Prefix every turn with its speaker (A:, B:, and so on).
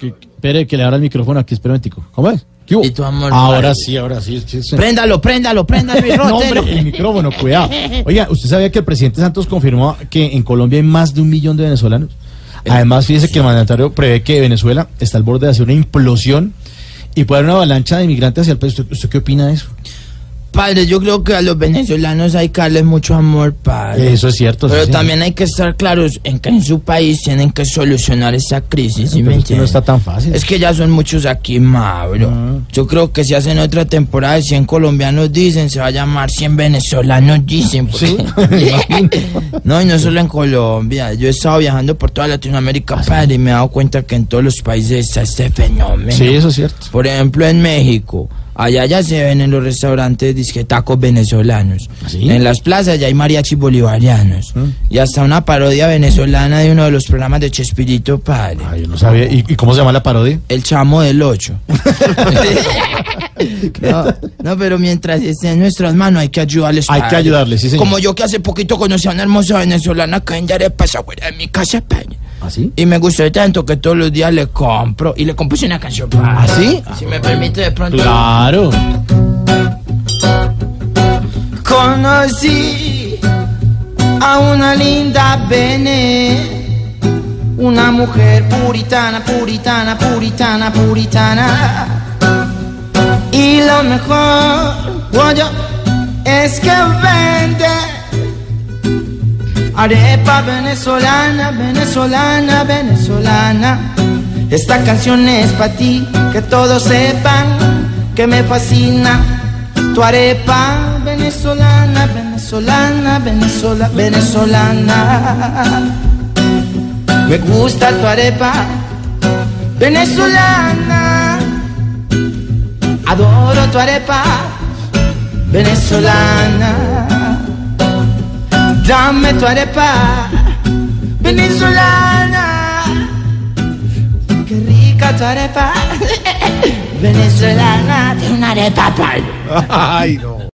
A: Que, que- espere, que le abra el micrófono aquí, espere un momentico. ¿Cómo es? ¿Qué hubo? Ah,
B: Y tu amor,
A: ahora
B: madre.
A: sí, ahora sí. sí, sí.
B: Préndalo, préndalo, préndalo y
A: No,
B: rótelo.
A: hombre, el micrófono, cuidado. Oiga, ¿usted sabía que el presidente Santos confirmó que en Colombia hay más de un millón de venezolanos? Además, fíjese que el mandatario prevé que Venezuela está al borde de hacer una implosión y puede haber una avalancha de inmigrantes hacia el país. ¿Usted, usted qué opina de eso?
B: Padre, yo creo que a los venezolanos hay que darles mucho amor, padre.
A: Eso es cierto. sí,
B: Pero
A: señor.
B: también hay que estar claros en que en su país tienen que solucionar esa crisis, ¿sí me
A: Pero es que no
B: entiende?
A: está tan fácil. Ah.
B: Es que ya son muchos aquí, Mauro. Yo creo que si hacen otra temporada de 100 colombianos dicen, se va a llamar 100 venezolanos dicen. porque-
A: Sí, imagino.
B: No, y no solo en Colombia. Yo he estado viajando por toda
A: Ah,
B: Latinoamérica, padre, y me he dado cuenta que en todos los países está este fenómeno.
A: Sí, eso es cierto.
B: Por ejemplo, en México, allá ya se ven en los restaurantes disque tacos venezolanos.
A: ¿Ah, ¿Sí? ¿Ah?
B: En las plazas ya hay mariachis bolivarianos. Y hasta una parodia venezolana de uno de los programas de Chespirito Padre.
A: Ay, yo no sabía. ¿Y, y cómo se llama la parodia?
B: El chamo del 8. no, no, pero mientras esté en nuestras manos hay que ayudarles.
A: Hay
B: padre.
A: que ayudarle, sí, señor.
B: Como yo que hace poquito conocí a una hermosa venezolana que en Yarepa, esa afuera de mi casa, padre.
A: ¿Así?
B: Y me gustó tanto que todos los días le compro y le compuse una canción. padre.
A: ¿Ah, sí?
B: Si me permite de pronto.
A: Claro.
B: Conocí a una linda Bene, una mujer puritana, puritana, puritana, puritana. Y lo mejor, bueno, es que vende arepa venezolana, venezolana, venezolana. Esta canción es para ti, que todos sepan que me fascina tu arepa venezolana, venezolana, venezola, venezolana. Me gusta tu arepa venezolana. Adoro tu arepa venezolana. Dame tu arepa venezolana. Qué rica tu arepa venezolana. Tiene una arepa, pal.
A: Ay, no.